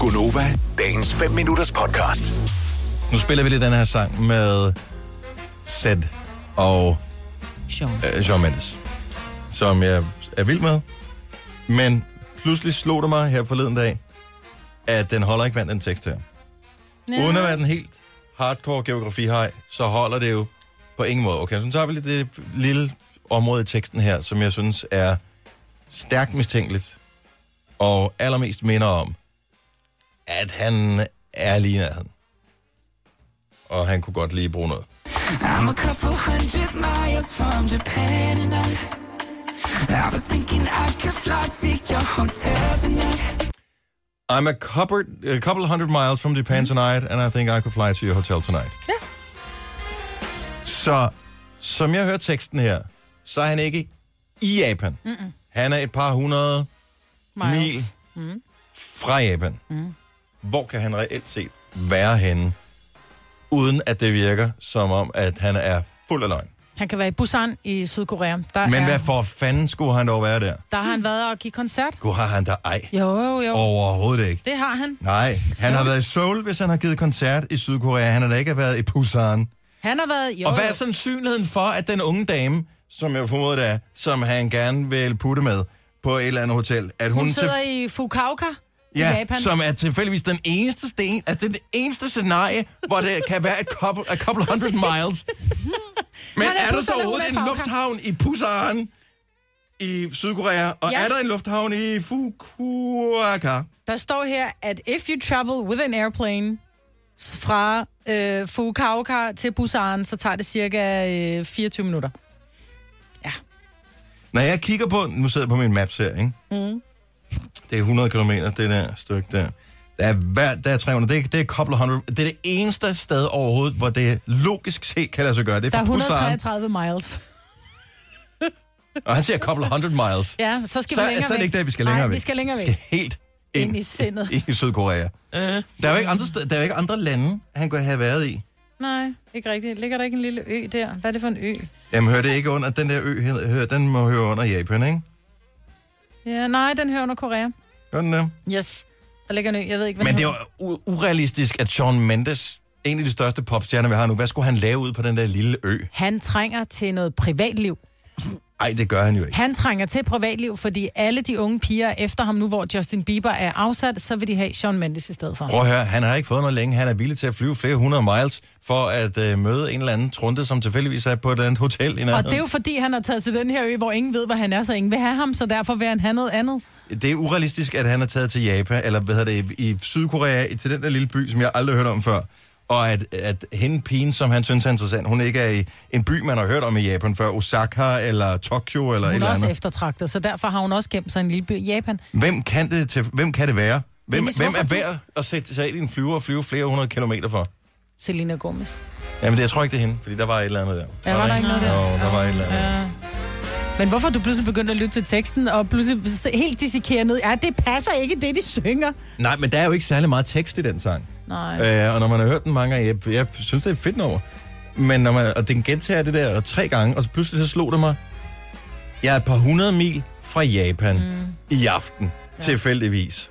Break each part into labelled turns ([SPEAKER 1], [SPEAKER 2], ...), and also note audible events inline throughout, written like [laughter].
[SPEAKER 1] Gunova, dagens 5 minutters podcast.
[SPEAKER 2] Nu spiller vi lige den her sang med Zed og
[SPEAKER 3] Sjov.
[SPEAKER 2] øh, Shawn Mendes, som jeg er vild med. Men pludselig slog det mig her forleden dag, at den holder ikke vand, den tekst her. Ja. Uden at være den helt hardcore geografi så holder det jo på ingen måde. Okay, så tager vi lige det lille område i teksten her, som jeg synes er stærkt mistænkeligt, og allermest minder om, at han er lige i nærheden. Og han kunne godt lige bruge noget.
[SPEAKER 4] I'm a couple hundred miles from Japan and I, I was thinking I could fly to your hotel tonight.
[SPEAKER 2] I'm a couple, a couple hundred miles from Japan tonight, and I think I could fly to your hotel tonight. Mm-hmm. Ja. Så, som jeg hører teksten her, så er han ikke i Japan. Mm-mm. Han er et par hundrede mil
[SPEAKER 3] Miles.
[SPEAKER 2] fra Japan. Mm. Hvor kan han reelt set være henne, uden at det virker som om, at han er fuld af løgn?
[SPEAKER 3] Han kan være i Busan i Sydkorea. Der,
[SPEAKER 2] Men
[SPEAKER 3] er,
[SPEAKER 2] hvad for fanden skulle han dog være der?
[SPEAKER 3] der har han været og give koncert.
[SPEAKER 2] Gud, har han der ej.
[SPEAKER 3] Jo, jo, jo. Oh.
[SPEAKER 2] Overhovedet ikke.
[SPEAKER 3] Det har han.
[SPEAKER 2] Nej, han har været i Seoul, hvis han har givet koncert i Sydkorea. Han har da ikke været i Busan.
[SPEAKER 3] Han har været... Jo,
[SPEAKER 2] Og hvad er
[SPEAKER 3] jo.
[SPEAKER 2] sandsynligheden for, at den unge dame, som jeg formoder det er, som han gerne vil putte med på et eller andet hotel, at hun,
[SPEAKER 3] Hun sidder
[SPEAKER 2] til-
[SPEAKER 3] i Fukuoka
[SPEAKER 2] ja,
[SPEAKER 3] i Japan.
[SPEAKER 2] som er tilfældigvis den eneste sten, at det er det eneste scenarie, hvor det kan være et couple, a couple hundred miles.
[SPEAKER 3] [laughs]
[SPEAKER 2] Men
[SPEAKER 3] Han er i
[SPEAKER 2] er der så
[SPEAKER 3] Busan, og hun
[SPEAKER 2] overhovedet en
[SPEAKER 3] er i Fukuoka.
[SPEAKER 2] lufthavn i Busan i Sydkorea, og
[SPEAKER 3] Ja.
[SPEAKER 2] er der en lufthavn i Fukuoka?
[SPEAKER 3] Der står her, at if you travel with an airplane s- fra øh, Fukuoka til Busan, så tager det cirka øh, 24 minutter.
[SPEAKER 2] Når jeg kigger på, nu sidder jeg på min maps her, ikke? Mm. Det er 100 km, det der stykke der. Der er, hver, der er 300, det er, det er couple hundred. Det er det eneste sted overhovedet, hvor det logisk set kan lade sig gøre. Det er,
[SPEAKER 3] Der er
[SPEAKER 2] fra Busan,
[SPEAKER 3] 133 miles.
[SPEAKER 2] og han siger couple hundred miles.
[SPEAKER 3] Ja, så skal
[SPEAKER 2] så,
[SPEAKER 3] vi længere
[SPEAKER 2] så er det ikke der, vi skal længere
[SPEAKER 3] Nej,
[SPEAKER 2] væk.
[SPEAKER 3] vi skal længere væk.
[SPEAKER 2] Vi skal helt ind,
[SPEAKER 3] Ind i sindet.
[SPEAKER 2] [laughs]
[SPEAKER 3] Øh.
[SPEAKER 2] i Sydkorea. Uh. Der er jo ikke andre, sted, der er jo ikke andre lande, han kunne have været i.
[SPEAKER 3] Nej, ikke rigtigt. Ligger der ikke en lille ø der? Hvad er det for en ø?
[SPEAKER 2] Jamen, hører det ikke under, den der ø, her- hører, den må høre under Japan, ikke?
[SPEAKER 3] Ja, nej, den hører under Korea.
[SPEAKER 2] Gør den det?
[SPEAKER 3] Yes. Der ligger en ø, jeg ved ikke, hvad
[SPEAKER 2] Men
[SPEAKER 3] den
[SPEAKER 2] det er
[SPEAKER 3] hedder.
[SPEAKER 2] jo u- urealistisk, at Shawn Mendes, en af de største popstjerner, vi har nu, hvad skulle han lave ud på den der lille ø?
[SPEAKER 3] Han trænger til noget privatliv.
[SPEAKER 2] Ej, det gør han jo ikke.
[SPEAKER 3] Han trænger til privatliv, fordi alle de unge piger er efter ham nu, hvor Justin Bieber er afsat, så vil de have Shawn Mendes i stedet for ham.
[SPEAKER 2] Prøv at høre, han har ikke fået noget længe. Han er villig til at flyve flere hundrede miles for at øh, møde en eller anden trunte, som tilfældigvis er på et eller andet hotel. I
[SPEAKER 3] Og
[SPEAKER 2] nærheden.
[SPEAKER 3] det er jo fordi, han har taget til den her ø, hvor ingen ved, hvor han er, så ingen vil have ham, så derfor vil han have noget andet.
[SPEAKER 2] det er urealistisk, at han er taget til Japan, eller hvad hedder det, i Sydkorea, i- til den der lille by, som jeg aldrig har hørt om før. Og at, at hende pigen, som han synes er interessant, hun ikke er i en by, man har hørt om i Japan før, Osaka eller Tokyo eller et
[SPEAKER 3] Hun
[SPEAKER 2] eller
[SPEAKER 3] er også
[SPEAKER 2] andet.
[SPEAKER 3] eftertragtet, så derfor har hun også gemt sig i en lille by i Japan.
[SPEAKER 2] Hvem kan det, til, hvem kan det være? Hvem,
[SPEAKER 3] Dennis,
[SPEAKER 2] hvem er
[SPEAKER 3] hvorfor
[SPEAKER 2] værd at sætte sig ind i en flyver og flyve flere hundrede kilometer for?
[SPEAKER 3] Selena Gomez.
[SPEAKER 2] Jamen, det, jeg tror ikke, det er hende, fordi der var et eller andet der.
[SPEAKER 3] Ja, var der ikke noget der?
[SPEAKER 2] Jo, der var et eller andet.
[SPEAKER 3] Ja. Men hvorfor er du pludselig begyndt at lytte til teksten, og pludselig se- helt dissekeret ned? Ja, det passer ikke, det de synger.
[SPEAKER 2] Nej, men der er jo ikke særlig meget tekst i den sang.
[SPEAKER 3] Nej.
[SPEAKER 2] Øh, og når man har hørt den mange gange, jeg, jeg synes, det er et fedt over. Men når man, og den gentager det der tre gange, og så pludselig så slog det mig. Jeg er et par hundrede mil fra Japan mm. i aften, ja. tilfældigvis.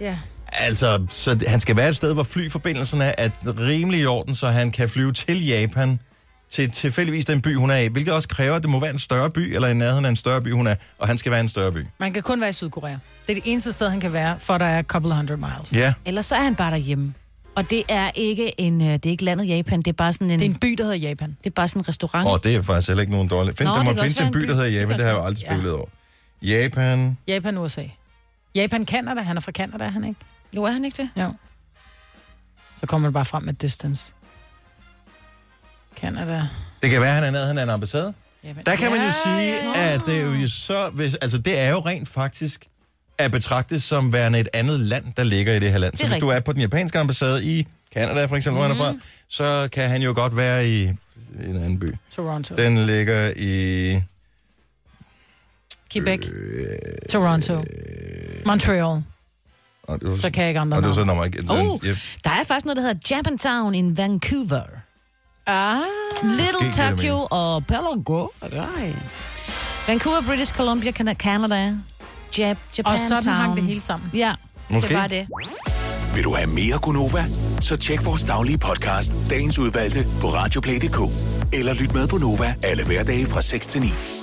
[SPEAKER 3] Ja.
[SPEAKER 2] Altså, så det- han skal være et sted, hvor flyforbindelsen er at rimelig i orden, så han kan flyve til Japan, til tilfældigvis den by, hun er i, hvilket også kræver, at det må være en større by, eller i nærheden af en større by, hun er, og han skal være i en større by.
[SPEAKER 3] Man kan kun være i Sydkorea. Det er det eneste sted, han kan være, for der er a couple hundred miles.
[SPEAKER 2] Ja,
[SPEAKER 5] Ellers så er han bare derhjemme. Og det er ikke en, øh, det er ikke landet Japan, det er bare sådan en,
[SPEAKER 3] Det er en by, der hedder Japan.
[SPEAKER 5] det er bare sådan en restaurant.
[SPEAKER 2] og det er faktisk heller ikke nogen dårlig. Find,
[SPEAKER 5] Nå,
[SPEAKER 2] der
[SPEAKER 5] det
[SPEAKER 2] må
[SPEAKER 5] kan også
[SPEAKER 2] findes
[SPEAKER 5] være
[SPEAKER 2] en
[SPEAKER 5] en
[SPEAKER 2] by,
[SPEAKER 5] by.
[SPEAKER 2] der hedder
[SPEAKER 3] Det
[SPEAKER 2] Japan,
[SPEAKER 3] kan
[SPEAKER 2] det har jeg jo
[SPEAKER 3] også-
[SPEAKER 2] aldrig
[SPEAKER 3] ja.
[SPEAKER 2] spekulet over. Japan,
[SPEAKER 3] Japan, USA. Japan, Canada. Han er fra Canada, er han ikke?
[SPEAKER 5] Jo, er han ikke det?
[SPEAKER 3] Ja. Så kommer det bare frem med distance. Canada.
[SPEAKER 2] det kan være, han er nede, han er en ambassade.
[SPEAKER 3] Japan.
[SPEAKER 2] Der kan man jo
[SPEAKER 3] Ja,
[SPEAKER 2] sige,
[SPEAKER 3] ja, ja.
[SPEAKER 2] at det er jo så... Hvis, altså, det er jo rent faktisk at betragte som værende et andet land, der ligger i det her land. Så
[SPEAKER 5] er
[SPEAKER 2] hvis du
[SPEAKER 5] rigtigt.
[SPEAKER 2] er Mhm. på den japanske ambassade i Kanada, for eksempel, hvor han er fra, så kan han jo godt være i en anden by.
[SPEAKER 3] Toronto.
[SPEAKER 2] Den ligger i... Øh,
[SPEAKER 3] Quebec. Toronto. Montreal.
[SPEAKER 2] Og det var,
[SPEAKER 3] Så kan jeg ikke andre
[SPEAKER 2] og det var så
[SPEAKER 3] navne.
[SPEAKER 2] nummer ikke. Uh!
[SPEAKER 5] Oh,
[SPEAKER 2] Den- ja,
[SPEAKER 5] der er faktisk noget, der hedder Japantown in Vancouver.
[SPEAKER 3] Ah.
[SPEAKER 5] Little
[SPEAKER 2] giver det mening.
[SPEAKER 5] Tokyo og Pelago. Nej. Vancouver, British Columbia, Can- Canada. Jap Japantown.
[SPEAKER 3] Og sådan hang det hele sammen.
[SPEAKER 5] Ja,
[SPEAKER 2] Måske.
[SPEAKER 5] det var det.
[SPEAKER 1] Vil du have mere Gunova? Så tjek vores daglige podcast, dagens udvalgte, på radioplay.dk. Eller lyt med på Nova alle hverdage fra 6 til 9.